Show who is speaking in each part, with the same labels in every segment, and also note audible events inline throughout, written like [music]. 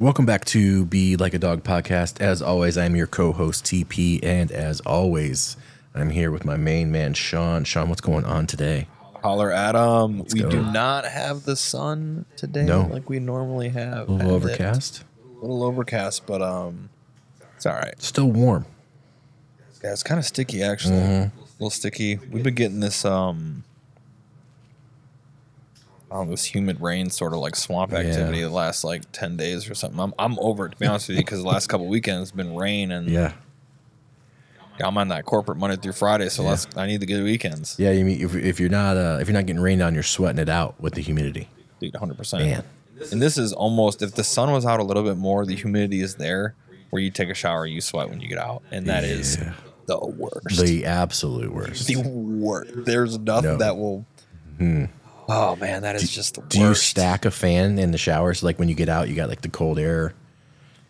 Speaker 1: Welcome back to Be Like a Dog podcast. As always, I'm your co host, TP. And as always, I'm here with my main man, Sean. Sean, what's going on today?
Speaker 2: Holler at 'em. We
Speaker 1: go.
Speaker 2: do not have the sun today
Speaker 1: No.
Speaker 2: like we normally have.
Speaker 1: A little
Speaker 2: Had it
Speaker 1: overcast?
Speaker 2: A little overcast, but um, it's all right.
Speaker 1: Still warm.
Speaker 2: Yeah, it's kind of sticky actually.
Speaker 1: Mm-hmm.
Speaker 2: A little sticky. We've been getting this um, I don't know, this humid rain sort of like swamp activity the last like ten days or something. I'm I'm over it to be honest with you because the last couple weekends been rain and
Speaker 1: Yeah.
Speaker 2: I'm on that corporate Monday through Friday, so let's I need the good weekends.
Speaker 1: Yeah, you mean if, if you're not uh, if you're not getting rained on, you're sweating it out with the humidity.
Speaker 2: Dude, 100%.
Speaker 1: Man.
Speaker 2: And this is almost, if the sun was out a little bit more, the humidity is there where you take a shower, you sweat when you get out. And that is
Speaker 1: Yeah.
Speaker 2: the worst.
Speaker 1: The absolute worst.
Speaker 2: the worst. There's nothing
Speaker 1: No. Hmm.
Speaker 2: that will. Oh, man, that is just the
Speaker 1: Do you
Speaker 2: worst.
Speaker 1: stack a fan in the shower? So like when you get out, you got like the cold air,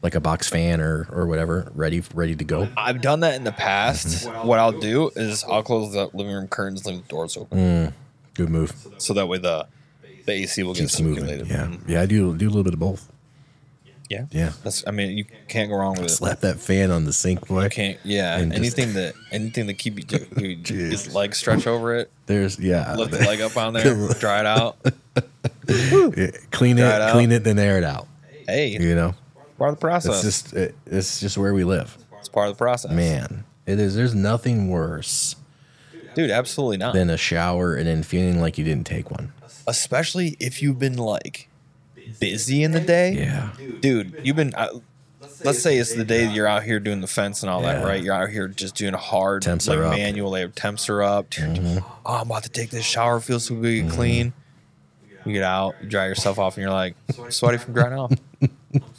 Speaker 1: like a box fan or or whatever, ready ready to go.
Speaker 2: I've done that in the past.
Speaker 1: Mm-hmm.
Speaker 2: What I'll do is I'll close the living room curtains, leave the doors open.
Speaker 1: Good move.
Speaker 2: So that way the, the AC will get
Speaker 1: Mm. Keeps moving.
Speaker 2: circulated.
Speaker 1: Yeah, yeah. I do do a little bit of both.
Speaker 2: Yeah.
Speaker 1: Yeah.
Speaker 2: That's, I mean, you can't go wrong with it.
Speaker 1: Slap that fan on the sink, boy.
Speaker 2: You can't, yeah.
Speaker 1: And just-
Speaker 2: anything that anything that keep
Speaker 1: [laughs]
Speaker 2: you, dude,
Speaker 1: Jeez.
Speaker 2: his leg stretch over it.
Speaker 1: There's yeah. [laughs]
Speaker 2: lift the leg up on there, dry it out.
Speaker 1: clean
Speaker 2: Dry it
Speaker 1: it,
Speaker 2: out.
Speaker 1: clean it, then air it out.
Speaker 2: Hey,
Speaker 1: You know,
Speaker 2: part of the
Speaker 1: it's
Speaker 2: process. It's,
Speaker 1: just it, it's just where we live,
Speaker 2: part of the process,
Speaker 1: man. It is. There's nothing worse
Speaker 2: dude. Absolutely not.
Speaker 1: than a shower and then feeling like you didn't take one.
Speaker 2: Especially if you've been like busy in the day,
Speaker 1: Yeah.
Speaker 2: dude. You've been. Uh, Let's say it's the day that you're out here doing the fence and all that,
Speaker 1: Yeah.
Speaker 2: right? You're out here just doing hard
Speaker 1: Temps
Speaker 2: like
Speaker 1: are up. Mm-hmm.
Speaker 2: manual labor. Temps are up. Oh, I'm about to take this shower. Feels so good, clean. You get out, you dry yourself off, and you're like, sweaty from drying
Speaker 1: [laughs]
Speaker 2: off.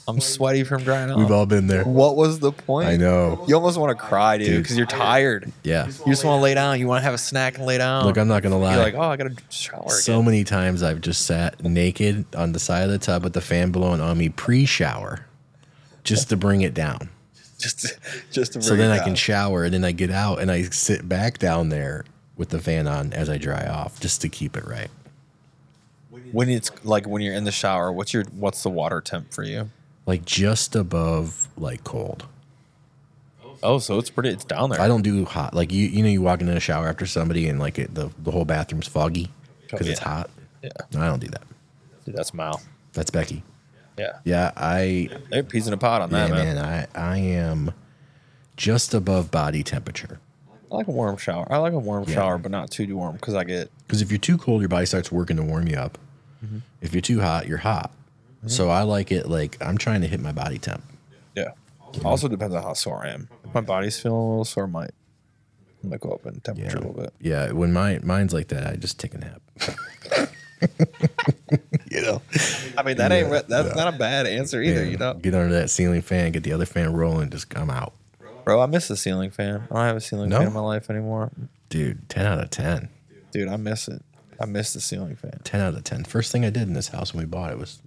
Speaker 2: I'm sweaty from drying off.
Speaker 1: We've all been there.
Speaker 2: What was the point?
Speaker 1: I know.
Speaker 2: You almost want to cry, dude,
Speaker 1: Dude.
Speaker 2: because you're tired.
Speaker 1: Yeah.
Speaker 2: You just want to lay down. You want to have a snack and lay down.
Speaker 1: Look, I'm not gonna lie.
Speaker 2: You're like, oh, I got to shower.
Speaker 1: so
Speaker 2: again.
Speaker 1: many times I've just sat naked on the side of the tub with the fan blowing on me pre-shower, just to bring it down.
Speaker 2: [laughs] just, just to
Speaker 1: So then
Speaker 2: bring it
Speaker 1: I can
Speaker 2: down.
Speaker 1: shower and then I get out and I sit back down there with the fan on as I dry off, just to keep it right.
Speaker 2: when it's like when you're in the shower. What's your what's the water temp for you?
Speaker 1: Like just above like cold.
Speaker 2: Oh, so it's pretty. It's down there.
Speaker 1: I don't do hot. Like you, you know, you walk into a shower after somebody and like it, the the whole bathroom's foggy because it's
Speaker 2: Oh, Yeah.
Speaker 1: hot.
Speaker 2: Yeah,
Speaker 1: No, I don't do that.
Speaker 2: dude, that's Mal.
Speaker 1: That's Becky.
Speaker 2: Yeah,
Speaker 1: Yeah, I
Speaker 2: they're peas in a pod on
Speaker 1: yeah,
Speaker 2: that, man.
Speaker 1: man, I I am just above body temperature.
Speaker 2: I like a warm shower. I like a warm shower, but not too warm because I get
Speaker 1: Because if you're too cold, your body starts working to warm you up.
Speaker 2: Mm-hmm.
Speaker 1: If you're too hot, you're hot. So I like it like I'm trying to hit my body temp.
Speaker 2: yeah. Also depends on how sore I am. If my body's feeling a little sore, I might I might go up in temperature a little bit.
Speaker 1: Yeah, when my mine's like that, I just take a
Speaker 2: [laughs]
Speaker 1: nap. you know,
Speaker 2: I mean, that ain't re- that's not a bad answer either.
Speaker 1: Yeah,
Speaker 2: You know,
Speaker 1: get under that ceiling fan, get the other fan rolling, just I'm out,
Speaker 2: Bro, I miss the ceiling fan. I don't have a ceiling
Speaker 1: No?
Speaker 2: fan in my life anymore.
Speaker 1: dude. Ten out of ten.
Speaker 2: Dude, I miss it. I miss the ceiling fan.
Speaker 1: 10 out of 10. First thing I did in this house when we bought it was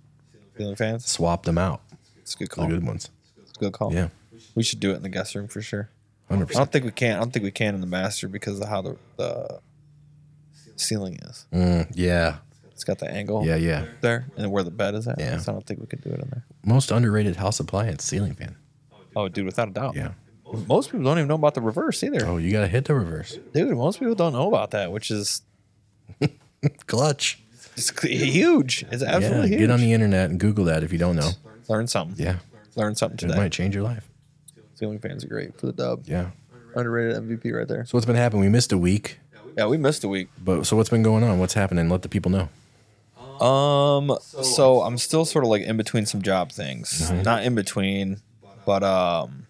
Speaker 2: Ceiling fans?
Speaker 1: swap them out.
Speaker 2: It's a good
Speaker 1: The
Speaker 2: call.
Speaker 1: good ones.
Speaker 2: It's a good call.
Speaker 1: Yeah.
Speaker 2: We should do it in the guest room for sure. I
Speaker 1: 100%.
Speaker 2: don't think we can. I don't think we can in the master because of how the, the ceiling is.
Speaker 1: Mm, yeah.
Speaker 2: It's got the angle
Speaker 1: Yeah. Yeah.
Speaker 2: there and where the bed is at.
Speaker 1: Yeah.
Speaker 2: So I don't think we could do it in there.
Speaker 1: Most underrated house appliance ceiling fan.
Speaker 2: Oh, dude, without a doubt.
Speaker 1: Yeah.
Speaker 2: Most people don't even know about the reverse either.
Speaker 1: Oh, you got to hit the reverse.
Speaker 2: Dude, most people don't know about that, which is
Speaker 1: Clutch.
Speaker 2: it's huge. It's
Speaker 1: Yeah.
Speaker 2: absolutely huge.
Speaker 1: Get on the internet and Google that if you don't know.
Speaker 2: Learn something.
Speaker 1: Yeah.
Speaker 2: Learn something
Speaker 1: It
Speaker 2: today.
Speaker 1: might change your life.
Speaker 2: Ceiling fans are great for the dub.
Speaker 1: Yeah.
Speaker 2: Underrated MVP right there.
Speaker 1: So, what's been happening? We missed a week,
Speaker 2: Yeah, we missed a week.
Speaker 1: but so what's been going on? What's happening? Let the people know.
Speaker 2: Um, so I'm still sort of like in between some job things. Not in between, but um,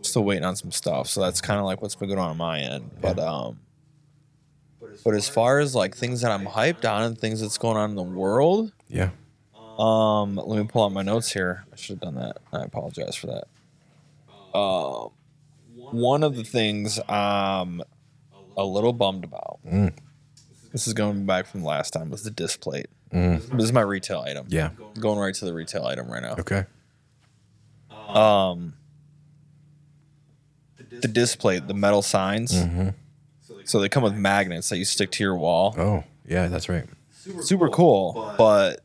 Speaker 2: still waiting on some stuff. So that's kind of like what's been going on on my end. But um, but as far as like things that I'm hyped on and things that's going on in the world,
Speaker 1: Yeah.
Speaker 2: um, let me pull out my notes here. I should have done that. I apologize for that. Um, one of the things I'm a little bummed about.
Speaker 1: Mm.
Speaker 2: This is going back from last time. Was the disc plate?
Speaker 1: Mm.
Speaker 2: This is my retail item.
Speaker 1: Yeah.
Speaker 2: going right to the retail item right now.
Speaker 1: Okay.
Speaker 2: Um, the disc plate, the metal signs.
Speaker 1: hmm
Speaker 2: So they come with magnets that you stick to your wall.
Speaker 1: Oh, yeah. That's right.
Speaker 2: Super cool, but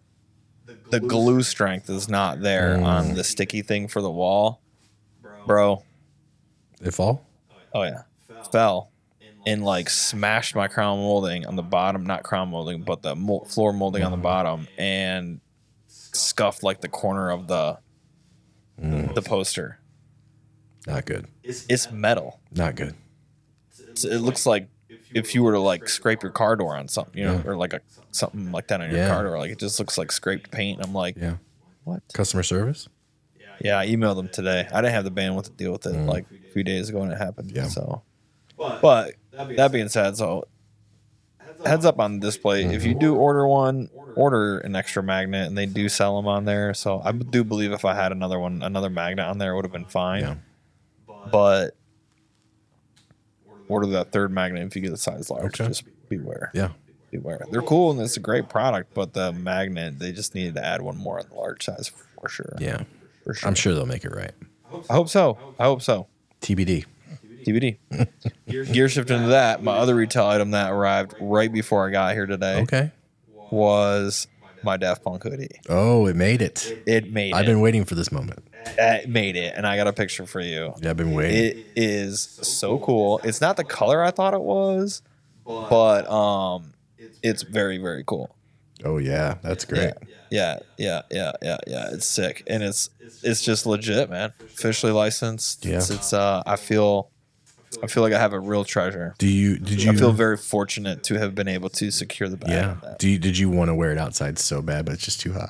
Speaker 2: the glue strength is not there
Speaker 1: Mm.
Speaker 2: on the sticky thing for the wall, bro.
Speaker 1: It fall?
Speaker 2: Oh yeah, fell and like smashed my crown molding on the bottom, not crown molding, but the mo- floor molding on the bottom, and scuffed like the corner of the
Speaker 1: Mm.
Speaker 2: the poster.
Speaker 1: Not good.
Speaker 2: It's metal.
Speaker 1: Not good.
Speaker 2: It's- it looks like if you were to like scrape your car door on something, you know, or like a something like that on your
Speaker 1: Yeah.
Speaker 2: car door, like it just looks like scraped paint. I'm like,
Speaker 1: Yeah.
Speaker 2: what?
Speaker 1: Customer service?
Speaker 2: Yeah, I emailed them today. I didn't have the bandwidth to deal with it like a few days ago when it happened.
Speaker 1: Mm. Yeah.
Speaker 2: So,
Speaker 3: But,
Speaker 2: but
Speaker 3: that being,
Speaker 2: that being said, so
Speaker 3: said,
Speaker 2: heads up on the display. If
Speaker 1: Mm-hmm.
Speaker 2: you do order one, order an extra magnet, and they do sell them on there. So I do believe if I had another one, another magnet on there, it would have been fine.
Speaker 1: Yeah.
Speaker 2: But order that third magnet if you get the size large.
Speaker 1: Okay.
Speaker 2: Just beware.
Speaker 1: Yeah.
Speaker 2: Beware. They're cool and it's a great product, but the magnet they just needed to add one more on the large size for sure.
Speaker 1: Yeah.
Speaker 2: For sure.
Speaker 1: I'm sure they'll make it right.
Speaker 2: I hope so. I hope so.
Speaker 1: TBD.
Speaker 2: TBD. [laughs] Gear shift into that. My other retail item that arrived right before I got here today
Speaker 1: Okay.
Speaker 2: was my Daft Punk hoodie.
Speaker 1: Oh, it made it.
Speaker 2: It made
Speaker 1: I've
Speaker 2: it.
Speaker 1: been waiting for this moment.
Speaker 2: It made it, and I got a picture for you.
Speaker 1: Yeah, I've been waiting.
Speaker 2: It is so cool. It's not the color I thought it was, but um, it's very very cool.
Speaker 1: oh yeah, that's great.
Speaker 2: Yeah, yeah, yeah, yeah, yeah. It's sick, and it's it's just legit, man. Officially licensed. It's,
Speaker 1: Yeah.
Speaker 2: it's uh, I feel, I feel like I have a real treasure.
Speaker 1: Do you did you
Speaker 2: I feel very fortunate to have been able to secure the bag.
Speaker 1: Yeah.
Speaker 2: of that.
Speaker 1: Do you, did you want to wear it outside so bad, but it's just too hot?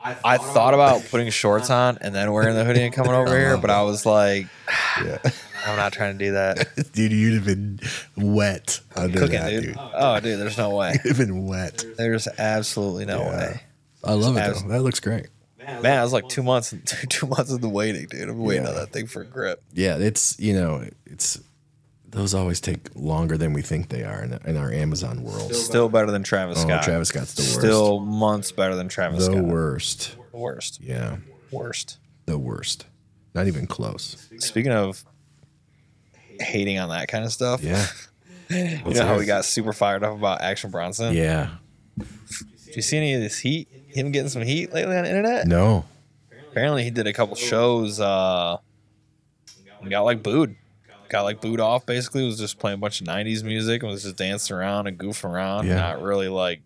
Speaker 3: I
Speaker 2: I thought about putting shorts on and then wearing the hoodie and coming
Speaker 1: [laughs]
Speaker 2: over here, but I was like,
Speaker 1: Yeah.
Speaker 2: I'm not trying to do that.
Speaker 1: [laughs] dude, you'd have been wet under
Speaker 2: Cooking,
Speaker 1: that,
Speaker 2: dude.
Speaker 1: dude.
Speaker 2: Oh, dude, there's no way.
Speaker 1: You'd have been wet.
Speaker 2: There's absolutely no
Speaker 1: Yeah.
Speaker 2: way.
Speaker 1: I love it
Speaker 2: Abs-
Speaker 1: though. That looks great.
Speaker 2: Man, I was like two months, [laughs] two, two months of the waiting, dude. I'm waiting
Speaker 1: Yeah.
Speaker 2: on that thing for a grip.
Speaker 1: Yeah, it's you know, it's those always take longer than we think they are in, in our Amazon world.
Speaker 2: Still better than Travis
Speaker 1: oh,
Speaker 2: Scott.
Speaker 1: Travis Scott's the worst.
Speaker 2: Still months better than
Speaker 1: the
Speaker 2: Travis Scott.
Speaker 1: worst.
Speaker 2: Worst.
Speaker 1: Yeah,
Speaker 2: Worst.
Speaker 1: the worst. Not even close.
Speaker 2: Speaking of hating on that kind of stuff,
Speaker 1: Yeah.
Speaker 2: [laughs] you know how we got super fired up about Action Bronson?
Speaker 1: Yeah.
Speaker 2: Do you see any of this heat? Him getting some heat lately on the internet?
Speaker 1: No.
Speaker 2: apparently he did a couple shows uh and got like booed got like booed off basically was just playing a bunch of 90s music and was just dancing around and goofing around
Speaker 1: Yeah.
Speaker 2: not really like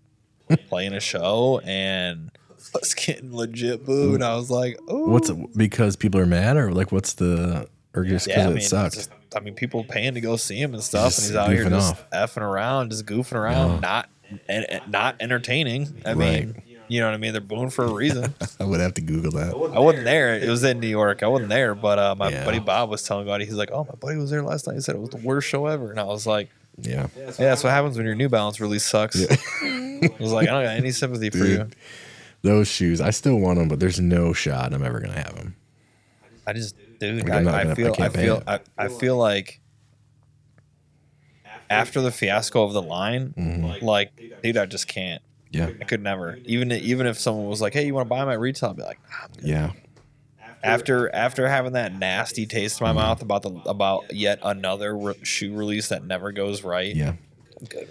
Speaker 2: playing a show and was getting legit booed i was like oh
Speaker 1: What's it, because people are mad or like what's the or just because
Speaker 2: yeah, I mean,
Speaker 1: it sucked?
Speaker 2: just- I mean, people paying to go see him and stuff, and
Speaker 1: Just
Speaker 2: he's out here
Speaker 1: goofing
Speaker 2: just
Speaker 1: off.
Speaker 2: effing around, just goofing around, not and, and not entertaining. I mean, you know what I mean? They're booing for a reason.
Speaker 1: I would have to Google that.
Speaker 2: I wasn't there. It was in New York. I wasn't there, but uh, my
Speaker 1: Yeah.
Speaker 2: buddy Bob was telling me about it. He's like, "Oh, my buddy was there last night. He said it was the worst show ever." And I was like,
Speaker 1: Yeah.
Speaker 2: "Yeah, that's what happens when your New Balance release sucks." [laughs] I was like, "I don't got any sympathy for you.
Speaker 1: Dude. Those shoes, I still want them, but there's no shot I'm ever gonna have them.
Speaker 2: I just, dude,
Speaker 1: Like,
Speaker 2: I,
Speaker 1: I'm not
Speaker 2: I
Speaker 1: gonna- I
Speaker 2: feel, I,
Speaker 1: can't pay
Speaker 2: feel,
Speaker 1: it.
Speaker 2: I, I feel like after the fiasco of the line, like, dude, I just can't.
Speaker 1: Mm-hmm. Yeah.
Speaker 2: I could never. Even even if someone was like, "Hey, you want to buy my retail?" I'd be like, "Nah,
Speaker 1: Yeah.
Speaker 2: after after having that nasty taste in my mouth about the about yet another re- shoe release that never goes right.
Speaker 1: Yeah.
Speaker 2: Good.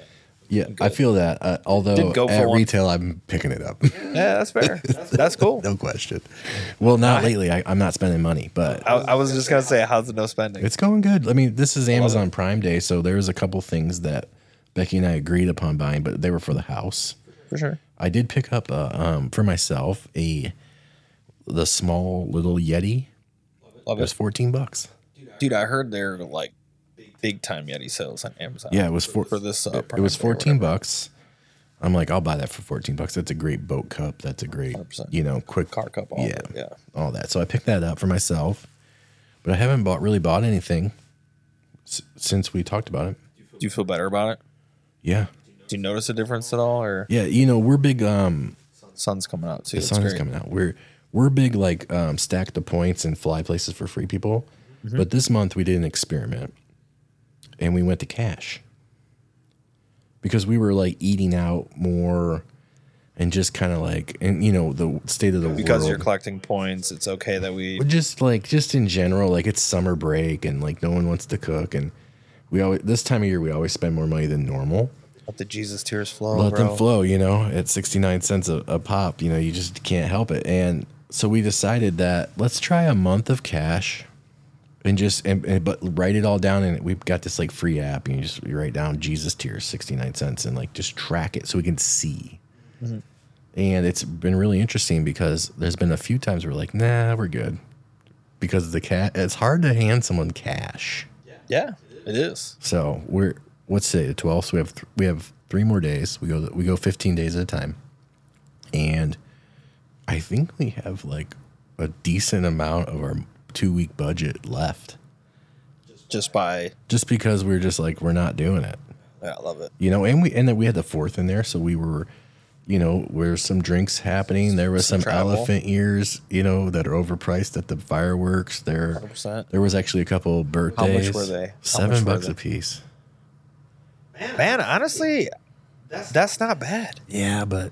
Speaker 1: Yeah, I feel that. Uh, although
Speaker 2: Did go for
Speaker 1: at
Speaker 2: one.
Speaker 1: retail, I'm picking it up, [laughs]
Speaker 2: Yeah, that's fair. That's cool.
Speaker 1: no question. Well, not lately. I, I'm not spending money, but
Speaker 2: I, I was just gonna say, how's the no spending?
Speaker 1: it's going good. I mean, this is Amazon Prime Day, so there's a couple things that Becky and I agreed upon buying, but they were for the house.
Speaker 2: for sure.
Speaker 1: I did pick up uh, um, for myself a the small little Yeti.
Speaker 2: Love
Speaker 1: It was
Speaker 2: it,
Speaker 1: 14 bucks.
Speaker 2: dude. I heard they're like big time Yeti sales on Amazon.
Speaker 1: Yeah, it was four,
Speaker 2: for this. Uh,
Speaker 1: It was 14 bucks. I'm like, I'll buy that for 14 bucks. That's a great boat cup. That's a great,
Speaker 2: 100%.
Speaker 1: you know, quick
Speaker 2: car cup. All
Speaker 1: Yeah.
Speaker 2: yeah, yeah.
Speaker 1: all that. So I picked that up for myself, but I haven't bought really bought anything s- since we talked about it.
Speaker 2: Do you feel better about it?
Speaker 1: Yeah,
Speaker 2: Do you notice a difference at all, or
Speaker 1: yeah. You know, we're big. Um,
Speaker 2: sun's coming out
Speaker 1: the
Speaker 2: too? It's
Speaker 1: sun is
Speaker 2: great.
Speaker 1: coming out. We're we're big like um, stack the points and fly places for free people.
Speaker 2: Mm-hmm.
Speaker 1: But this month we did an experiment, and we went to cash because we were like eating out more, and just kind of like and you know the state of the
Speaker 2: Because
Speaker 1: world.
Speaker 2: you're collecting points, it's okay that we
Speaker 1: But just like just in general, like it's summer break and like no one wants to cook and we always this time of year we always spend more money than normal.
Speaker 2: Let the Jesus tears flow.
Speaker 1: Let
Speaker 2: bro.
Speaker 1: them flow, you know, at 69 cents a, a pop, you know, you just can't help it. And so we decided that let's try a month of cash and just, and, and- but write it all down. And we've got this like free app. And you just you write down Jesus tiers, 69 cents, and like just track it so we can see. And it's been really interesting because there's been a few times where we're like, nah, we're good. Because the cat, it's hard to hand someone cash.
Speaker 2: Yeah, it is.
Speaker 1: So we're what's today the twelfth. So we have th- we have three more days. We go we go fifteen days at a time, and I think we have like a decent amount of our two week budget left.
Speaker 2: Just by
Speaker 1: Just because we're just like we're not doing it,
Speaker 2: yeah, I love it.
Speaker 1: you know. And we and then we had the fourth in there, so we were. You know, where some drinks happening, there was
Speaker 2: Some
Speaker 1: some,
Speaker 2: travel.
Speaker 1: elephant ears, you know, that are overpriced at the fireworks. There,
Speaker 2: 100%.
Speaker 1: there was actually a couple
Speaker 2: How
Speaker 1: birthdays.
Speaker 2: much were they? How
Speaker 1: Seven
Speaker 2: much were
Speaker 1: bucks
Speaker 2: they?
Speaker 1: a piece.
Speaker 2: Man, honestly, that's not bad.
Speaker 1: Yeah, but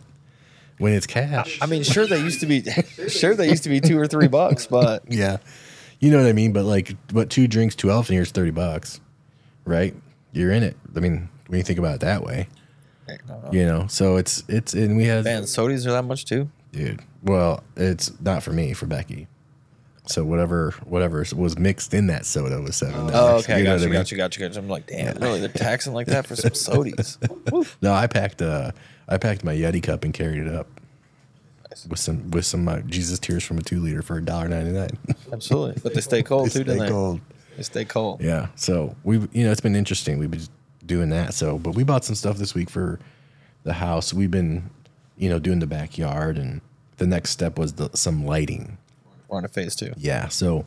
Speaker 1: when it's cash,
Speaker 2: I mean, sure they used to be [laughs] sure they used to be 2 or 3 bucks, [laughs] but
Speaker 1: yeah, you know what I mean. But like, but two drinks, two elephant ears, thirty bucks, right? You're in it. I mean, when you think about it that way, you know. So it's it's and we had
Speaker 2: Oh. man, sodies are that much too.
Speaker 1: dude. Well, it's not for me, for Becky. So whatever whatever was mixed in that soda was seven dollars.
Speaker 2: Oh, okay.
Speaker 1: You know what
Speaker 2: gotcha,
Speaker 1: I mean?
Speaker 2: gotcha, gotcha, gotcha. I'm like, damn, really? They're taxing like that for [laughs] some sodies. Woof.
Speaker 1: No, I packed uh I packed my Yeti cup and carried it up. With some with some uh, Jesus tears from a two liter for a dollar ninety nine.
Speaker 2: Absolutely. But they
Speaker 1: [laughs]
Speaker 2: stay cold too, don't
Speaker 1: Stay
Speaker 2: they?
Speaker 1: cold.
Speaker 2: They stay cold.
Speaker 1: Yeah. So we, you know, it's been interesting. We've been doing that. So, but we bought some stuff this week for the house. We've been, you know, doing the backyard, and the next step was the, some lighting.
Speaker 2: We're on a phase two.
Speaker 1: Yeah. So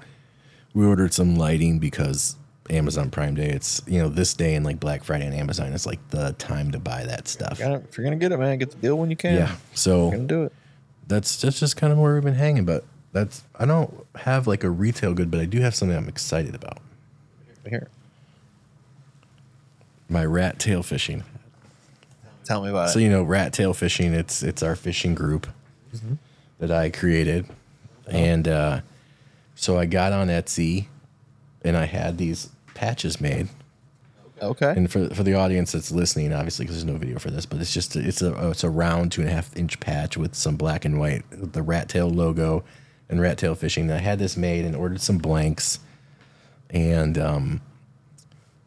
Speaker 1: we ordered some lighting because Amazon Prime Day. It's you know this day and like Black Friday and Amazon is like the time to buy that stuff.
Speaker 2: Got it. If you're gonna get it, man, get the deal when you can.
Speaker 1: Yeah.
Speaker 2: You're gonna
Speaker 1: So
Speaker 2: do it.
Speaker 1: that's that's just kind of where we've been hanging. But that's I don't have like a retail good, but I do have something I'm excited about.
Speaker 2: Here.
Speaker 1: My rat tail fishing.
Speaker 2: Tell me about
Speaker 1: So
Speaker 2: it.
Speaker 1: you know, rat tail fishing. It's it's our fishing group that I created, and uh, so I got on Etsy, and I had these patches made.
Speaker 2: Okay.
Speaker 1: And for for the audience that's listening, obviously, because there's no video for this, but it's just it's a oh, it's a round two and a half inch patch with some black and white, the rat tail logo, and rat tail fishing. I had this made and ordered some blanks, and um,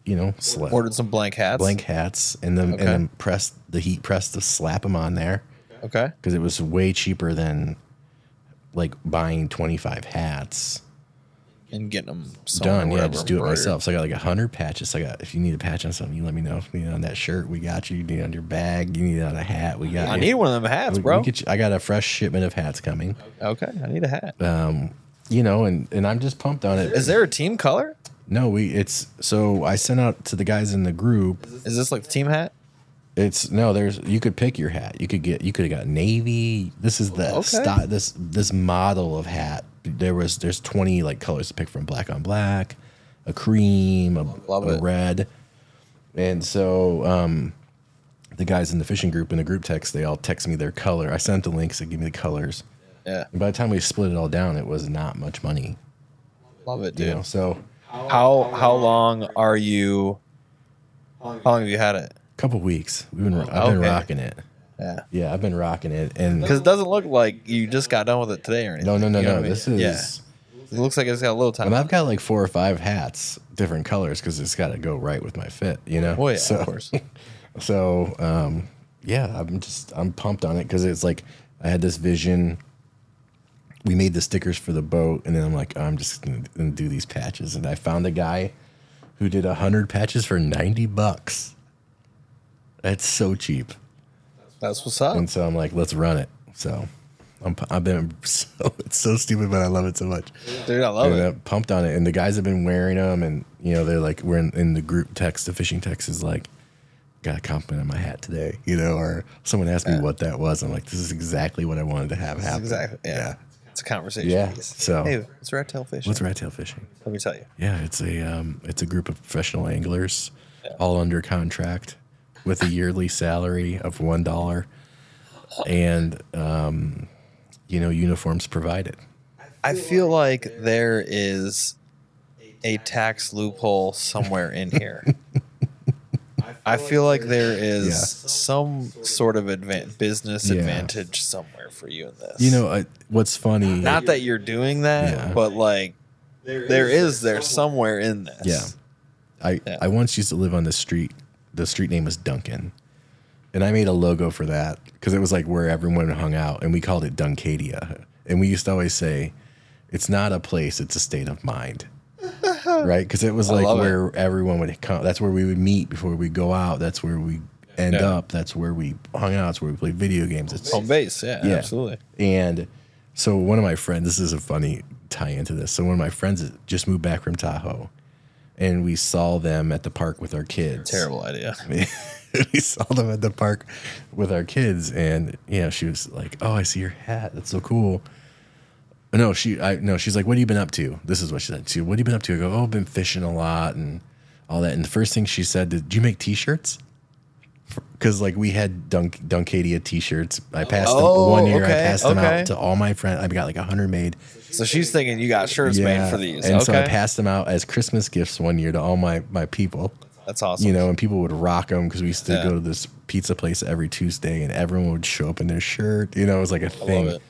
Speaker 1: you know, sla-
Speaker 2: Ordered some blank hats.
Speaker 1: blank hats, and then
Speaker 2: Okay.
Speaker 1: and then pressed the heat press to slap them on there
Speaker 2: Okay.
Speaker 1: because it was way cheaper than like buying 25 hats
Speaker 2: And getting them
Speaker 1: done yeah just do it myself so i got like 100 patches so i got if you need a patch on something you let me know if you need it on that shirt we got you you need it on your bag you need it on a hat we got
Speaker 2: I
Speaker 1: you.
Speaker 2: need one of them hats,
Speaker 1: We- we
Speaker 2: bro.
Speaker 1: get you- i got a fresh shipment of hats coming
Speaker 2: Okay, I need a hat.
Speaker 1: you know and and i'm just pumped on it
Speaker 2: Is there a team color?
Speaker 1: no we it's so i sent out to the guys in the group
Speaker 2: Is this like the team hat?
Speaker 1: It's no, there's you could pick your hat. You could get you could have got navy. This is the
Speaker 2: Oh, Okay.
Speaker 1: sty- this this model of hat. There was there's 20 like colors to pick from black on black, a cream, a,
Speaker 2: Love
Speaker 1: a
Speaker 2: it.
Speaker 1: red. And so um the guys in the fishing group in the group text, they all text me their color. I sent the links, they give me the colors.
Speaker 2: Yeah,
Speaker 1: And by the time we split it all down, it was not much money.
Speaker 2: love it,
Speaker 1: You
Speaker 2: dude.
Speaker 1: know, so
Speaker 2: How how long are you? How long have you had it?
Speaker 1: a couple weeks. We've been I've been
Speaker 2: Okay.
Speaker 1: rocking it.
Speaker 2: Yeah,
Speaker 1: Yeah, I've been rocking it. And
Speaker 2: because it doesn't look like you just got done with it today or anything.
Speaker 1: no, no, no,
Speaker 2: you know
Speaker 1: no.
Speaker 2: what I mean?
Speaker 1: This is
Speaker 2: Yeah. It looks like it's got a little time.
Speaker 1: And I've got like four or five hats, different colors, because it's got to go right with my fit, you know.
Speaker 2: Oh yeah,
Speaker 1: so,
Speaker 2: of course.
Speaker 1: So, um, yeah, I'm just I'm pumped on it because it's like I had this vision. We made the stickers for the boat, and then I'm like, I'm just gonna, gonna do these patches, and I found a guy who did hundred patches for ninety bucks. That's so cheap,
Speaker 2: That's what's
Speaker 1: [laughs]
Speaker 2: up.
Speaker 1: and so I'm like, let's run it. So, I'm pu- I've been [laughs] so it's so stupid, but I love it so much.
Speaker 2: Dude, I love
Speaker 1: Dude,
Speaker 2: it.
Speaker 1: I'm pumped on it. And the guys have been wearing them, and you know they're like we're in, in the group text. The fishing text is like, got a compliment on my hat today, you know, or someone asked me what that was. I'm like, this is exactly what I wanted to have happen.
Speaker 2: Exactly. Yeah. It's a conversation.
Speaker 1: Yeah,
Speaker 2: Yes.
Speaker 1: so-
Speaker 2: hey, it's rat tail fishing.
Speaker 1: What's rat tail fishing?
Speaker 2: Let me tell you.
Speaker 1: Yeah, it's a um, it's a group of professional anglers, all under contract, with a yearly salary of one dollar, and um, you know uniforms provided.
Speaker 2: I feel like there [laughs] is a tax loophole somewhere in here. I feel like there is some sort of advan- business
Speaker 1: Yeah.
Speaker 2: advantage somewhere for you in this.
Speaker 1: You know, I, what's funny?
Speaker 2: not that you're doing that,
Speaker 1: Yeah.
Speaker 2: but like there is there somewhere in this.
Speaker 1: Yeah. I,
Speaker 2: Yeah.
Speaker 1: I once used to live on the street. The street name was Duncan. And I made a logo for that because it was like where everyone hung out. And we called it Dunkadia. And we used to always say, it's not a place, it's a state of
Speaker 2: [laughs]
Speaker 1: mind. right? Because it was
Speaker 2: I
Speaker 1: like
Speaker 2: love it.
Speaker 1: where everyone would come. That's where we would meet before we go out. That's where we end
Speaker 2: Yeah. Oh,
Speaker 1: up. That's where we hung out. That's where we played video games. It's,
Speaker 2: Home base, yeah,
Speaker 1: Yeah.
Speaker 2: absolutely.
Speaker 1: and so one of my friends, this is a funny tie into this. So one of my friends just moved back from Tahoe, and we saw them at the park with our kids.
Speaker 2: Terrible idea.
Speaker 1: [laughs] we saw them at the park with our kids, and you know she was like, "Oh, I see your hat. That's so cool." No, she, I no, she's like, "What have you been up to?" This is what she said. She, "What have you been up to?" I go, "Oh, I've been fishing a lot and all that." And the first thing she said, "Did you make T-shirts?" [laughs] Because like we had Dunk Dunkadia T-shirts. I passed
Speaker 2: Oh,
Speaker 1: them one year.
Speaker 2: okay,
Speaker 1: I passed them
Speaker 2: okay.
Speaker 1: out to all my friends. I've got like a hundred made.
Speaker 2: So she's thinking you got shirts made for these.
Speaker 1: and
Speaker 2: okay.
Speaker 1: so I passed them out as Christmas gifts one year to all my my people
Speaker 2: That's awesome.
Speaker 1: you know, and people would rock them because we used to
Speaker 2: Yeah.
Speaker 1: go to this pizza place every Tuesday, and everyone would show up in their shirt. You know, it was like a
Speaker 2: I
Speaker 1: thing.
Speaker 2: love it.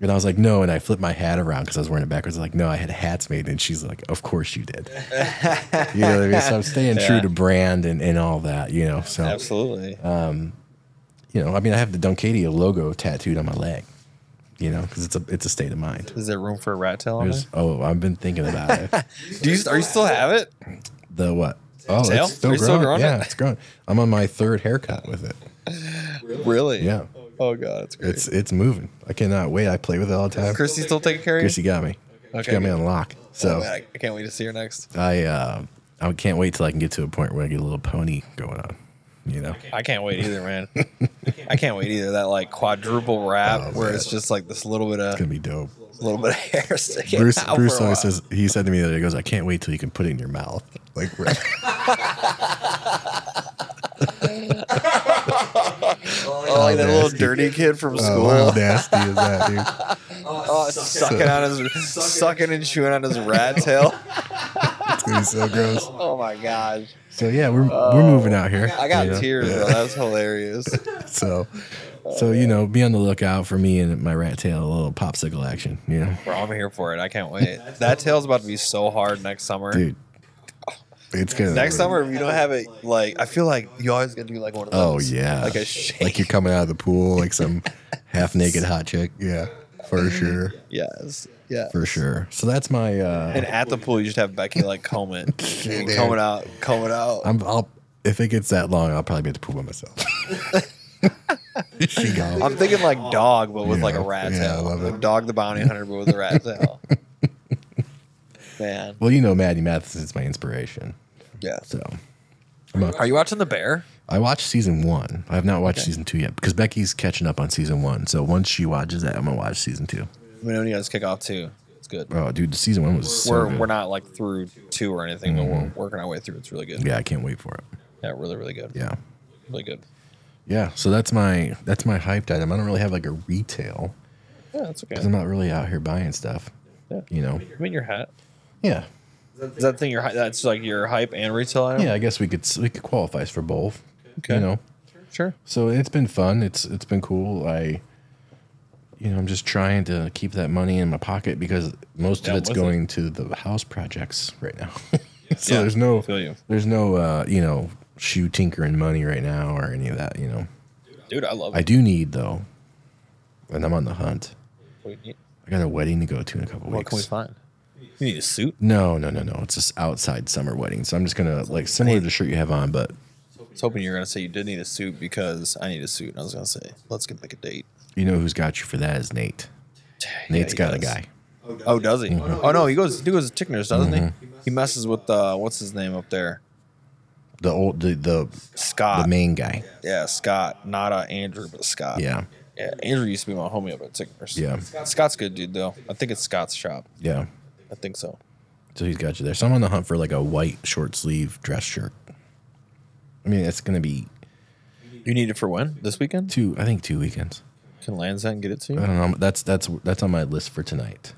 Speaker 1: And I was like, no, and I flipped my hat around because I was wearing it backwards. like, no, I had hats made, and she's like, of course you
Speaker 2: [laughs]
Speaker 1: did. you know, what I mean? so I'm staying true
Speaker 2: Yeah.
Speaker 1: to brand and, and all that. You know, so
Speaker 2: Absolutely.
Speaker 1: uh, you know, I mean, I have the Dunkadia logo tattooed on my leg. You know, because it's a it's a state of mind.
Speaker 2: is there room for a rat tail on
Speaker 1: There's- oh, I've been thinking about
Speaker 2: [laughs]
Speaker 1: it.
Speaker 2: there? Do you are you still have it?
Speaker 1: The what? Oh,
Speaker 2: Tail?
Speaker 1: it's still
Speaker 2: You're
Speaker 1: growing.
Speaker 2: still growing it?
Speaker 1: yeah, it's growing. I'm on my third haircut with it.
Speaker 2: Really?
Speaker 1: Yeah.
Speaker 2: Oh god, it's great.
Speaker 1: It's uh, it's moving. I cannot wait. I play with it all the time.
Speaker 2: Christy still taking care of you?
Speaker 1: Chrissy got me. She
Speaker 2: Okay,
Speaker 1: got me
Speaker 2: good.
Speaker 1: on lock.
Speaker 2: Oh,
Speaker 1: So
Speaker 2: man, I- I can't wait to see her next.
Speaker 1: I uh, I can't wait till I can get to a point where I get a little pony going on. You know.
Speaker 2: I can't wait
Speaker 1: [laughs]
Speaker 2: either, man. I can't wait either. That like quadruple wrap
Speaker 1: Oh,
Speaker 2: where
Speaker 1: man.
Speaker 2: it's just like this little bit
Speaker 1: It's gonna
Speaker 2: of
Speaker 1: be dope.
Speaker 2: little bit of hair [laughs] sticking
Speaker 1: Bruce
Speaker 2: out.
Speaker 1: Bruce
Speaker 2: for a
Speaker 1: always
Speaker 2: while.
Speaker 1: says he said to me the other day, he goes, I can't wait till you can put it in your mouth.
Speaker 2: [laughs]
Speaker 1: Like we're- uh,
Speaker 2: oh, like that little
Speaker 1: nasty.
Speaker 2: dirty kid
Speaker 1: Oh,
Speaker 2: from school,
Speaker 1: how nasty is that, dude?
Speaker 2: [laughs] oh, sucking on his sucking and chewing on
Speaker 1: [laughs]
Speaker 2: his rat tail.
Speaker 1: It's gonna be so gross.
Speaker 2: Oh my god,
Speaker 1: So yeah, we're we're moving out here.
Speaker 2: Oh. I got
Speaker 1: you know?
Speaker 2: tears.
Speaker 1: Yeah.
Speaker 2: Bro. That was hilarious.
Speaker 1: So so you know, be on the lookout for me and my rat tail, a little popsicle action. You know,
Speaker 2: Bro, I'm here for it. I can't wait. That tail's about to be so hard next summer.
Speaker 1: dude. It's gonna
Speaker 2: Next summer, if you don't have it, like I feel like you always gotta do like one of
Speaker 1: Oh
Speaker 2: those.
Speaker 1: yeah,
Speaker 2: like a shake. [laughs]
Speaker 1: Like you're coming out of the pool, like some half naked hot chick. Yeah, for sure,
Speaker 2: yes, yeah.
Speaker 1: for sure. So that's my.
Speaker 2: And
Speaker 1: uh
Speaker 2: at the pool, you just have Becky like comb
Speaker 1: [laughs]
Speaker 2: it,
Speaker 1: Dude.
Speaker 2: comb it out, comb it out.
Speaker 1: I'm. I'll. If it gets that long, I'll probably be at the pool by myself. she gone.
Speaker 2: I'm thinking like dog, but with like a
Speaker 1: Yeah,
Speaker 2: rat
Speaker 1: yeah, I
Speaker 2: tail.
Speaker 1: love it.
Speaker 2: Dog the bounty hunter, but with a
Speaker 1: [laughs]
Speaker 2: rat tail. Man,
Speaker 1: well, you know, Maddie Matheson's my inspiration.
Speaker 2: yeah.
Speaker 1: So, I'm a-
Speaker 2: Are you watching the bear?
Speaker 1: I watched season one. I have not watched season two yet because Becky's catching up on season one. So once she watches that, I'm gonna watch season two.
Speaker 2: Minonia's kickoff too. It's good.
Speaker 1: Oh, dude, season one was so
Speaker 2: we're
Speaker 1: good. Mm-hmm.
Speaker 2: we're not like through two or anything, but we're working our way through. It's really good.
Speaker 1: yeah, I can't wait for it.
Speaker 2: Yeah, really, really good.
Speaker 1: Yeah.
Speaker 2: Really good.
Speaker 1: Yeah, so that's my that's my hyped item. I don't really have like a retail
Speaker 2: Yeah, that's okay.
Speaker 1: because I'm not really out here buying stuff.
Speaker 2: Yeah.
Speaker 1: You know.
Speaker 2: I mean, your hat.
Speaker 1: Yeah.
Speaker 2: Is that thing your hy- that's like your hype and retail item?
Speaker 1: Yeah, I guess we could s- we could qualify for both.
Speaker 2: Okay.
Speaker 1: You know.
Speaker 2: Sure.
Speaker 1: So it's been fun. It's it's been cool. I you know, I'm just trying to keep that money in my pocket because most
Speaker 2: Yeah,
Speaker 1: of it's
Speaker 2: with it.
Speaker 1: going to the house projects right now. [laughs] so
Speaker 2: Yeah,
Speaker 1: there's no
Speaker 2: feel you.
Speaker 1: there's no uh, you know, shoe tinkering money right now or any of that, you know.
Speaker 2: Dude, I love
Speaker 1: I
Speaker 2: it.
Speaker 1: do need though, and I'm on the hunt.
Speaker 2: What do you-
Speaker 1: I got a wedding to go to in a couple
Speaker 2: What
Speaker 1: weeks.
Speaker 2: can we find? You need a suit?
Speaker 1: No, no, no, no. It's just outside summer wedding. So I'm just gonna like similar to the shirt you have on, but
Speaker 2: I was hoping you were going to say you did need a suit because I need a suit. And I was going to say, let's get like a date.
Speaker 1: you know who's got you for that is Nate.
Speaker 2: Nate's
Speaker 1: Nate's got a guy. Mm-hmm.
Speaker 2: Oh, does he? Oh, no, he goes he goes to Tickners, doesn't he? He messes with, uh, what's his name up there?
Speaker 1: The old the the,
Speaker 2: Scott.
Speaker 1: the main guy.
Speaker 2: yeah, Scott. Not uh, Andrew, but Scott.
Speaker 1: Yeah.
Speaker 2: Yeah, Andrew used to be my homie up at Tickners.
Speaker 1: Yeah.
Speaker 2: Scott's good, dude, though. I think it's Scott's shop.
Speaker 1: Yeah.
Speaker 2: I think so.
Speaker 1: So he's got you there. So I'm on the hunt for like a white short sleeve dress shirt. I mean, it's gonna be
Speaker 2: You need it for when? This weekend?
Speaker 1: two. I think two weekends.
Speaker 2: Can Lansdowne get it to you?
Speaker 1: I don't know. That's that's that's on my list for tonight.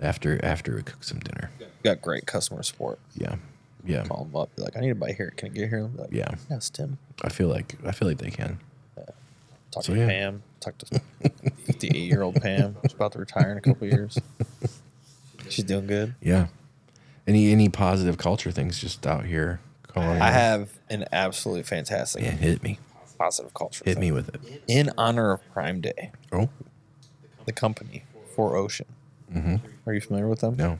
Speaker 1: After after we cook some dinner.
Speaker 2: You got great customer support.
Speaker 1: Yeah. Yeah.
Speaker 2: Call them up. Be like, I need to buy here. Can it get here? They'll be like,
Speaker 1: Yeah.
Speaker 2: Yes, Tim.
Speaker 1: I feel like I feel like they can.
Speaker 2: Talk
Speaker 1: So,
Speaker 2: to
Speaker 1: yeah.
Speaker 2: Pam. Talk to [laughs] 58 year old Pam. She's about to retire in a
Speaker 1: [laughs]
Speaker 2: couple years. She's doing good.
Speaker 1: Yeah. Any any positive culture things just out here calling.
Speaker 2: I have an absolutely fantastic
Speaker 1: Yeah, hit me.
Speaker 2: positive culture.
Speaker 1: Hit
Speaker 2: thing.
Speaker 1: me with it.
Speaker 2: In honor of Prime Day,
Speaker 1: Oh
Speaker 2: the company, For Ocean. Mm-hmm. Are you familiar with them?
Speaker 1: no,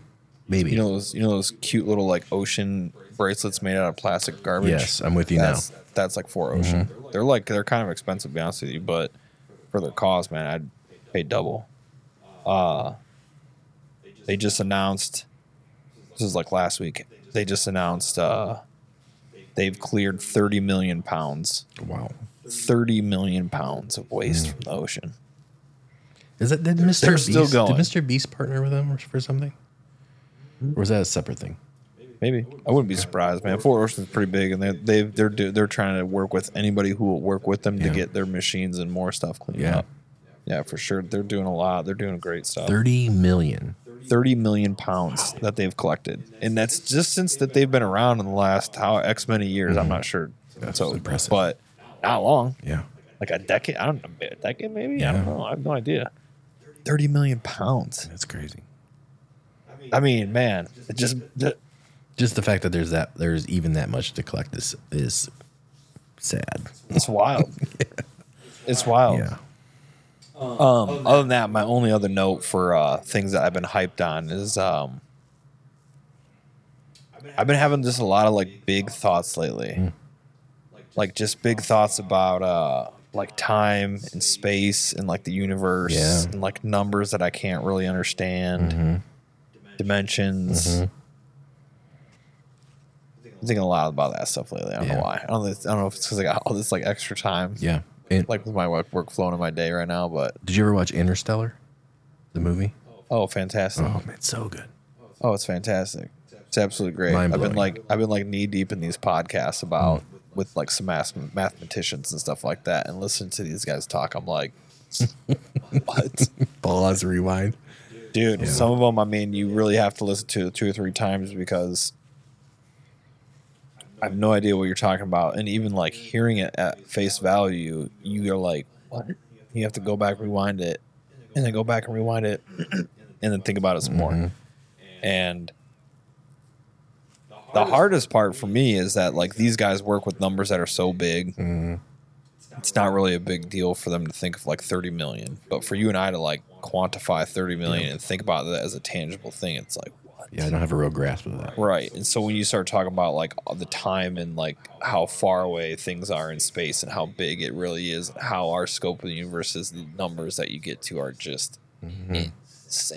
Speaker 1: maybe.
Speaker 2: You know those you know those cute little like ocean bracelets made out of plastic garbage.
Speaker 1: yes, I'm with you
Speaker 2: that's
Speaker 1: now. Mm-hmm.
Speaker 2: that's like four ocean. They're like they're kind of expensive, to be honest with you, but for their cause, man, I'd pay double. Uh, they just announced this is like last week. They just announced uh, they've cleared 30 million pounds,
Speaker 1: Wow.
Speaker 2: 30 million pounds of
Speaker 1: Mm.
Speaker 2: waste from the ocean.
Speaker 1: Is that did Mr. Beast?
Speaker 2: still going.
Speaker 1: Did Mr. Beast partner with them or- for something?
Speaker 2: Mm-hmm.
Speaker 1: Or was that a separate thing?
Speaker 2: Maybe I wouldn't be surprised, man. Four Ocean's pretty big, and they they they're do, they're trying to work with anybody who will work with them
Speaker 1: Yeah.
Speaker 2: to get their machines and more stuff cleaned
Speaker 1: Yeah.
Speaker 2: up. Yeah, for sure. They're doing a lot. They're doing great stuff.
Speaker 1: Thirty million.
Speaker 2: 30 million pounds that they've collected. And that's just since that they've been around in the last how X many years. I'm not sure.
Speaker 1: Mm-hmm. That's
Speaker 2: so
Speaker 1: impressive.
Speaker 2: But not long.
Speaker 1: Yeah.
Speaker 2: Like a decade. I don't know. A decade maybe? I don't
Speaker 1: Yeah.
Speaker 2: know. I have no idea. 30 million pounds.
Speaker 1: That's crazy.
Speaker 2: I mean, man, it just that-
Speaker 1: Just the fact that there's that there's even that much to collect is is sad.
Speaker 2: it's wild.
Speaker 1: [laughs]
Speaker 2: It's wild. Um, other than that, my only other note for uh, things that I've been hyped on is um, I've been having just a lot of like big thoughts lately,
Speaker 1: Mm.
Speaker 2: like just big thoughts about uh, like time and space and like the universe
Speaker 1: Yeah. Mm-hmm.
Speaker 2: and like numbers that I can't really understand, dimensions. I'm thinking a lot about that stuff lately. I don't
Speaker 1: Yeah.
Speaker 2: know why. I don't, know if- I don't know if it's because I got all this like extra time,
Speaker 1: Yeah. And
Speaker 2: like with my work workflow in my day right now. But
Speaker 1: did you ever watch Interstellar? The movie?
Speaker 2: oh, fantastic!
Speaker 1: Oh man, it's so [laughs] good.
Speaker 2: Oh, it's fantastic. It's absolutely great. I've
Speaker 1: Mind-blowing.
Speaker 2: been like I've been like knee deep in these podcasts about with like some math- mathematicians and stuff like that, and listening to these guys talk, I'm like, what,
Speaker 1: Pause rewind.
Speaker 2: dude? Some of them, I mean, you really have to listen to it two or three times because I have no idea what you're talking about, and even like hearing it at face value, you are like, what? You have to go back, rewind it, and then go back and rewind it, [clears throat] and then think about it some more, and the hardest part for me is that like these guys work with numbers that are so big
Speaker 1: Mm-hmm.
Speaker 2: it's not really a big deal for them to think of like 30 million but for you and i to like quantify 30 million and think about that as a tangible thing it's like what
Speaker 1: Yeah, I don't have a real grasp of that.
Speaker 2: right and so when you start talking about like all the time and like how far away things are in space and how big it really is how our scope of the universe is the numbers that you get to are just insane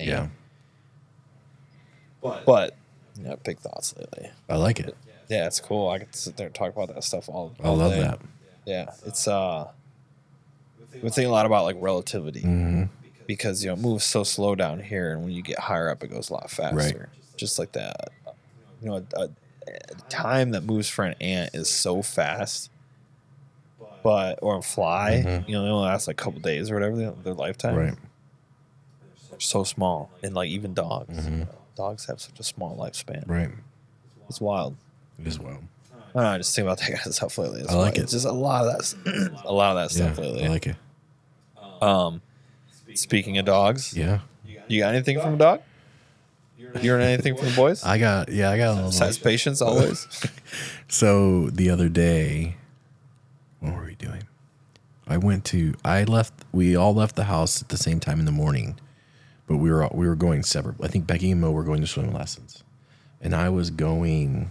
Speaker 1: Mm-hmm. Yeah.
Speaker 2: but you know, big thoughts lately
Speaker 1: I like it.
Speaker 2: yeah it's cool i could sit there and talk about that stuff all
Speaker 1: I
Speaker 2: all
Speaker 1: love
Speaker 2: day.
Speaker 1: that.
Speaker 2: Yeah, it's uh, we've been thinking a lot about like relativity
Speaker 1: Mm-hmm.
Speaker 2: because you know it moves so slow down here, and when you get higher up, it goes a lot faster. Just like that, you know, a, a, a time that moves for an ant is so fast, but or a fly, you know, they only last like a couple days or whatever their, their lifetime.
Speaker 1: Mm-hmm. Right.
Speaker 2: They're so small, and like even dogs, you know, dogs have such a small lifespan.
Speaker 1: Mm-hmm. Right.
Speaker 2: It's wild.
Speaker 1: It is well.
Speaker 2: I don't know. I just think about that [laughs] kind of stuff lately. It's
Speaker 1: I like
Speaker 2: wild.
Speaker 1: it.
Speaker 2: It's just a lot of that, s- [clears throat] a lot of that
Speaker 1: Yeah.
Speaker 2: stuff lately.
Speaker 1: I like it.
Speaker 2: Um, speaking of dogs,
Speaker 1: Yeah.
Speaker 2: you got anything from a dog? You learn anything from the
Speaker 1: [laughs]
Speaker 2: boys?
Speaker 1: I got yeah, I got a little
Speaker 2: Besides patience, always. [laughs]
Speaker 1: So the other day, what were we doing? I went to. I left. We all left the house at the same time in the morning, but we were all, we were going separate. I think Becky and Mo were going to swim lessons, and I was going.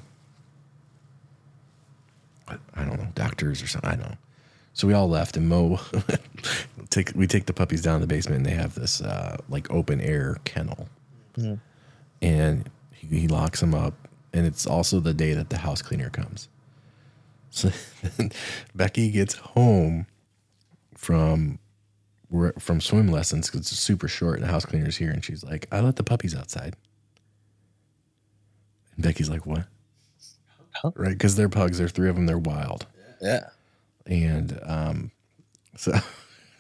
Speaker 1: I I don't know doctors or something. I don't know. So we all left, and Mo [laughs] take we take the puppies down to the basement, and they have this uh, like open air kennel and he, he locks him up. And it's also the day that the house cleaner comes. So [laughs] then Becky gets home from we're- from swim lessons because it's super short, and the house cleaner's here, and she's like, "I let the puppies outside." And Becky's like, "What?"
Speaker 2: Huh?
Speaker 1: Right? Because they're pugs. There are three of them. They're wild,
Speaker 2: yeah.
Speaker 1: and um, so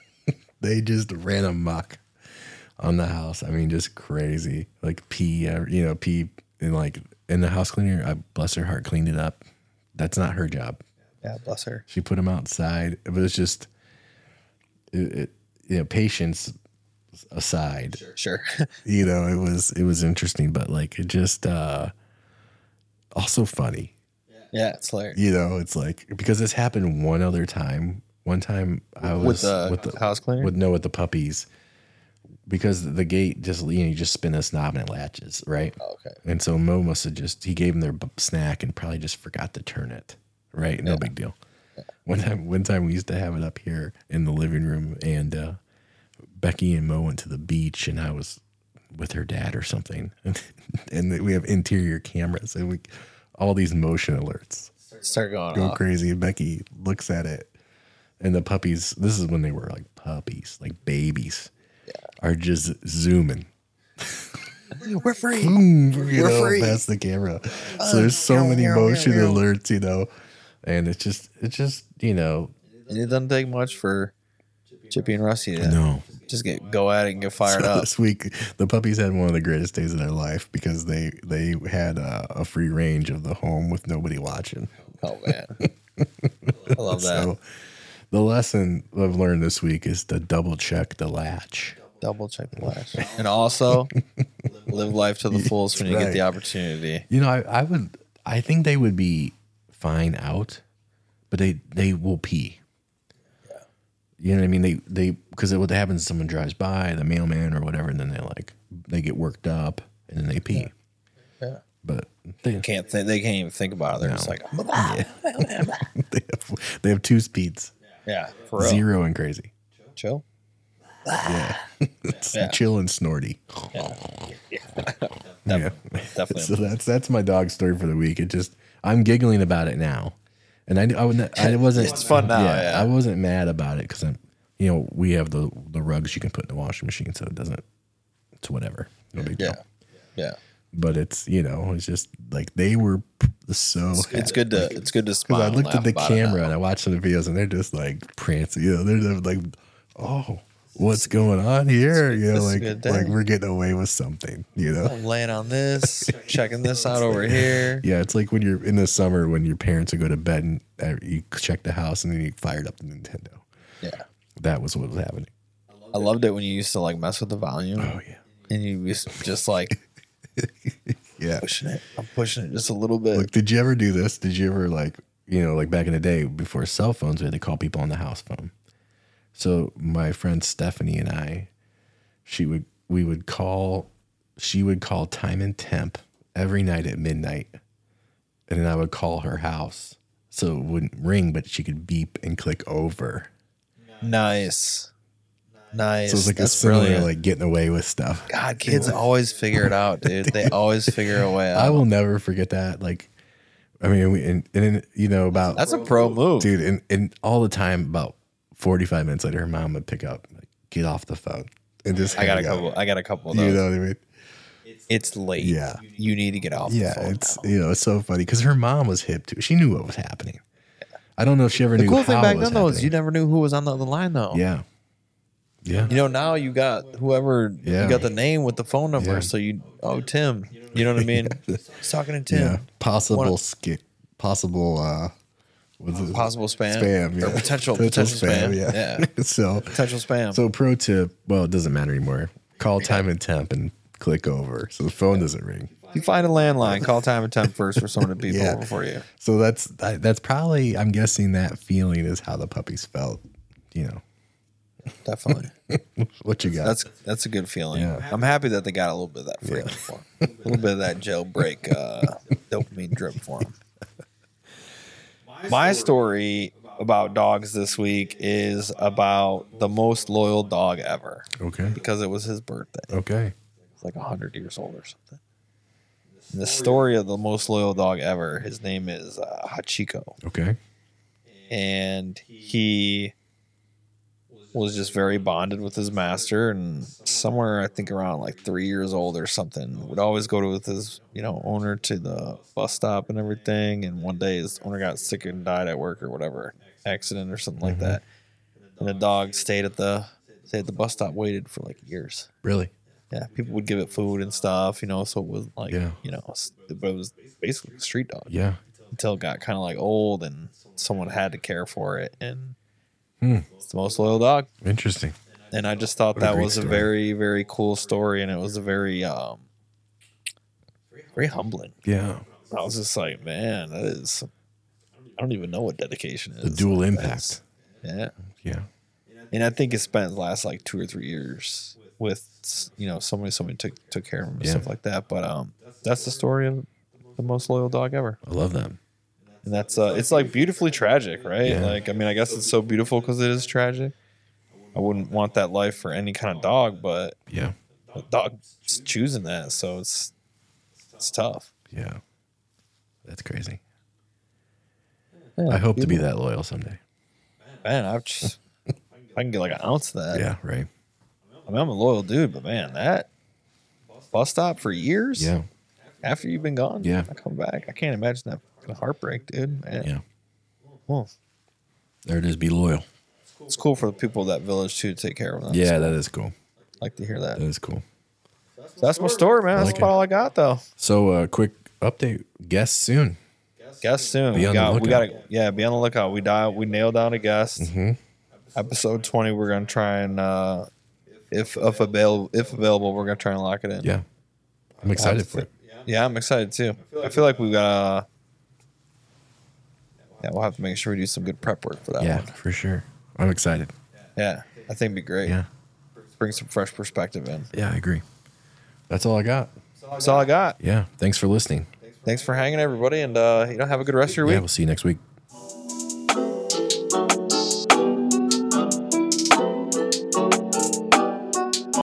Speaker 1: [laughs] they just ran amok on the house. I mean, just crazy. Like pee, uh, you know, pee and like And the house cleaner, I bless her heart, cleaned it up. That's not her job.
Speaker 2: Yeah, bless her.
Speaker 1: She put them outside, but it's just, it, it, you know, patience aside,
Speaker 2: Sure. [laughs]
Speaker 1: you know, it was it was interesting, but like it just uh also funny.
Speaker 2: yeah, it's hilarious.
Speaker 1: You know, it's like because this happened one other time. One time I was
Speaker 2: with the house cleaner.
Speaker 1: with no with the puppies because the gate just you know you just spin a knob and it latches right
Speaker 2: Oh, okay.
Speaker 1: and so mo must have just he gave him their b- snack and probably just forgot to turn it right no big deal one time one time we used to have it up here in the living room and uh becky and mo went to the beach and i was with her dad or something [laughs] and, and we have interior cameras and we all these motion alerts
Speaker 2: Start going
Speaker 1: go
Speaker 2: off.
Speaker 1: crazy. And Becky looks at it, and the puppies. This is when they were like puppies, like babies, are just zooming.
Speaker 2: [laughs] We're free.
Speaker 1: Boom, you
Speaker 2: We're
Speaker 1: know,
Speaker 2: free. Uh,
Speaker 1: past the camera. So there's so
Speaker 2: meow,
Speaker 1: many
Speaker 2: meow, meow,
Speaker 1: motion
Speaker 2: meow.
Speaker 1: alerts, you know, and it's just, it's just, you know,
Speaker 2: And it doesn't take much for Chippy and Rusty to
Speaker 1: no.
Speaker 2: just get go at it and get fired
Speaker 1: So [laughs]
Speaker 2: up.
Speaker 1: this week, the puppies had one of the greatest days of their life because they they had uh, a free range of the home with nobody watching.
Speaker 2: Oh man, I love that.
Speaker 1: So the lesson I've learned this week is to double check the latch.
Speaker 2: Double check the latch. and also, live life
Speaker 1: [laughs]
Speaker 2: to the fullest when you get the
Speaker 1: Right.
Speaker 2: opportunity.
Speaker 1: You know, I, I would. I think they would be fine out, but they they will pee. You know what I mean? They they because what happens is someone drives by the mailman or whatever, and then they like they get worked up and then they pee.
Speaker 2: Yeah.
Speaker 1: But they,
Speaker 2: Can't think. They can't even think about it. They're just like,
Speaker 1: [laughs] they have they have two speeds,
Speaker 2: yeah, for real.
Speaker 1: zero and crazy,
Speaker 2: Chill.
Speaker 1: It's [laughs]
Speaker 2: Yeah.
Speaker 1: chill and snorty. Yeah. [laughs]
Speaker 2: Definitely.
Speaker 1: so that's that's my dog story for the week. It just I'm giggling about it now, and I I, wouldn't- I wasn't.
Speaker 2: It's fun now, yeah.
Speaker 1: I wasn't mad about it because I'm, you know, we have the the rugs you can put in the washing machine, so it doesn't. It's whatever, no big
Speaker 2: yeah,
Speaker 1: deal.
Speaker 2: yeah.
Speaker 1: But it's you know it's just like they were p- so.
Speaker 2: It's good to it's good to smile.
Speaker 1: Because I
Speaker 2: and
Speaker 1: looked
Speaker 2: laugh
Speaker 1: at the
Speaker 2: about it
Speaker 1: camera
Speaker 2: now.
Speaker 1: and I watched some of the videos and they're just like prancing, you know, they're just like, oh, what's going on here? You know,
Speaker 2: it's a
Speaker 1: like
Speaker 2: good day.
Speaker 1: like we're getting away with something, you know.
Speaker 2: I'm laying on this, checking this out over here.
Speaker 1: Yeah, it's like when you're in the summer when your parents would go to bed and uh, you check the house and then you fired up the Nintendo.
Speaker 2: [laughs] Yeah,
Speaker 1: That was what was happening.
Speaker 2: I loved it when you used to like mess with the volume
Speaker 1: Oh yeah,
Speaker 2: and you used to just like
Speaker 1: [laughs] yeah.
Speaker 2: pushing it. I'm pushing it just a little bit.
Speaker 1: Look, did you ever do this? Did you ever like you know like back in the day before cell phones, we had to call people on the house phone. So my friend Stephanie and I, she would we would call, she would call time and temp every night at midnight, and then I would call her house so it wouldn't ring, but she could beep and click over.
Speaker 2: Nice, nice.
Speaker 1: So it's like a
Speaker 2: That's
Speaker 1: similar,
Speaker 2: brilliant.
Speaker 1: like getting away with stuff.
Speaker 2: God, kids always figure it out, dude.
Speaker 1: [laughs]
Speaker 2: They always figure a way
Speaker 1: I
Speaker 2: out.
Speaker 1: will never forget that. Like, I mean, we, and, and then, you know, about
Speaker 2: That's a pro move.
Speaker 1: dude, and, and all the time, about 45 minutes later, her mom would pick up, like, get off the phone and just,
Speaker 2: I got a
Speaker 1: hang up.
Speaker 2: couple. I got a couple of
Speaker 1: You
Speaker 2: those.
Speaker 1: know what I mean?
Speaker 2: it's late.
Speaker 1: Yeah.
Speaker 2: you need to get off. the
Speaker 1: Yeah.
Speaker 2: phone
Speaker 1: It's,
Speaker 2: now.
Speaker 1: you know, it's so funny because her mom was hip too. She knew what was happening. I don't know if she ever
Speaker 2: the
Speaker 1: knew
Speaker 2: cool thing
Speaker 1: how
Speaker 2: back
Speaker 1: it was
Speaker 2: then though is you
Speaker 1: happening.
Speaker 2: never knew who was on the other line though.
Speaker 1: yeah. Yeah.
Speaker 2: You know, now you got whoever
Speaker 1: Yeah.
Speaker 2: you got the name with the phone number,
Speaker 1: Yeah.
Speaker 2: so you oh Tim, you know what
Speaker 1: [laughs]
Speaker 2: I mean? He's talking to Tim.
Speaker 1: yeah. Possible
Speaker 2: Wanna-
Speaker 1: skit, possible, uh, what's it?
Speaker 2: Possible spam,
Speaker 1: spam yeah.
Speaker 2: or potential potential, spam. Yeah.
Speaker 1: [laughs] so
Speaker 2: potential
Speaker 1: [laughs]
Speaker 2: spam.
Speaker 1: so pro tip. Well, it doesn't matter anymore. Call time and temp and click over, so the phone doesn't ring.
Speaker 2: you find a landline, call time and time first for someone to be
Speaker 1: [laughs] Yeah.
Speaker 2: over for you.
Speaker 1: So that's that- that's probably. I'm guessing that feeling is how the puppies felt. You know
Speaker 2: Definitely,
Speaker 1: what you got?
Speaker 2: that's that's a good feeling.
Speaker 1: Yeah.
Speaker 2: I'm happy that they got a little bit of that freak for 'em. a little bit of that jailbreak uh, dopamine drip for them. My story about dogs this week is about the most loyal dog ever
Speaker 1: okay.
Speaker 2: because it was his birthday.
Speaker 1: Okay.
Speaker 2: It's like 100 years old or something. And the story of the most loyal dog ever, his name is uh, Hachiko.
Speaker 1: Okay.
Speaker 2: And he was just very bonded with his master and somewhere I think around like three years old or something would always go to with his you know owner to the bus stop and everything and one day his owner got sick and died at work or whatever accident or something like that and the dog stayed at the stayed at the bus stop waited for like years
Speaker 1: Really?
Speaker 2: yeah, people would give it food and stuff, you know. So it was like,
Speaker 1: Yeah.
Speaker 2: you know, s- but it was basically a street dog
Speaker 1: Yeah.
Speaker 2: until it got kind of like old and someone had to care for it, and
Speaker 1: Hmm.
Speaker 2: it's the most loyal dog.
Speaker 1: Interesting.
Speaker 2: And I just thought
Speaker 1: What a
Speaker 2: that
Speaker 1: great
Speaker 2: was a
Speaker 1: story.
Speaker 2: very, very cool story, and it was a very, um, very humbling.
Speaker 1: Yeah.
Speaker 2: I was just like, man, that is. I don't even know what dedication is.
Speaker 1: The dual
Speaker 2: Like,
Speaker 1: impact.
Speaker 2: that's- Yeah.
Speaker 1: Yeah.
Speaker 2: and I think it spent the last like two or three years with you know somebody somebody took took care of him and
Speaker 1: Yeah.
Speaker 2: stuff like that. But um, that's the story of the most loyal dog ever,
Speaker 1: I love them.
Speaker 2: and that's uh, it's like beautifully tragic, right?
Speaker 1: Yeah.
Speaker 2: Like I mean, I guess it's so beautiful because it is tragic. I wouldn't want that life for any kind of dog, but
Speaker 1: Yeah.
Speaker 2: a dog's choosing that, so it's it's tough.
Speaker 1: Yeah. That's crazy. I hope to be that loyal someday.
Speaker 2: [laughs] man. I've just I can get like an ounce of that.
Speaker 1: Yeah. Right.
Speaker 2: I mean, I'm a loyal dude, but man, that bus stop for years.
Speaker 1: Yeah.
Speaker 2: after you've been gone.
Speaker 1: Yeah.
Speaker 2: I come back. I can't imagine that fucking heartbreak, dude. Man.
Speaker 1: Yeah.
Speaker 2: Well,
Speaker 1: There it is. Be loyal.
Speaker 2: it's cool for the people of that village too to take care of them.
Speaker 1: Yeah. That is cool.
Speaker 2: I like to hear that.
Speaker 1: That is cool.
Speaker 2: That's my story, man. That's
Speaker 1: like
Speaker 2: about all I got though.
Speaker 1: So, uh, quick update. Guest soon.
Speaker 2: Guess soon.
Speaker 1: Be
Speaker 2: we
Speaker 1: on the
Speaker 2: got we got
Speaker 1: lookout.
Speaker 2: to yeah, be on the lookout. We die we nailed down a guest.
Speaker 1: Mm-hmm.
Speaker 2: Episode twenty we're gonna try and uh if if available if available, we're gonna try and lock it in.
Speaker 1: Yeah. I'm excited for it.
Speaker 2: Yeah, I'm excited too. I feel like we got uh yeah, we'll have to make sure we do some good prep work for that
Speaker 1: Yeah.
Speaker 2: one.
Speaker 1: For sure. I'm excited.
Speaker 2: Yeah. I think it'd be great.
Speaker 1: Yeah.
Speaker 2: Bring some fresh perspective in.
Speaker 1: Yeah. I agree. That's all I got.
Speaker 2: That's all I got.
Speaker 1: Yeah. Thanks for listening.
Speaker 2: Thanks for hanging, everybody, and uh, you know, have a good rest of your
Speaker 1: Yeah.
Speaker 2: week.
Speaker 1: We'll see you next week.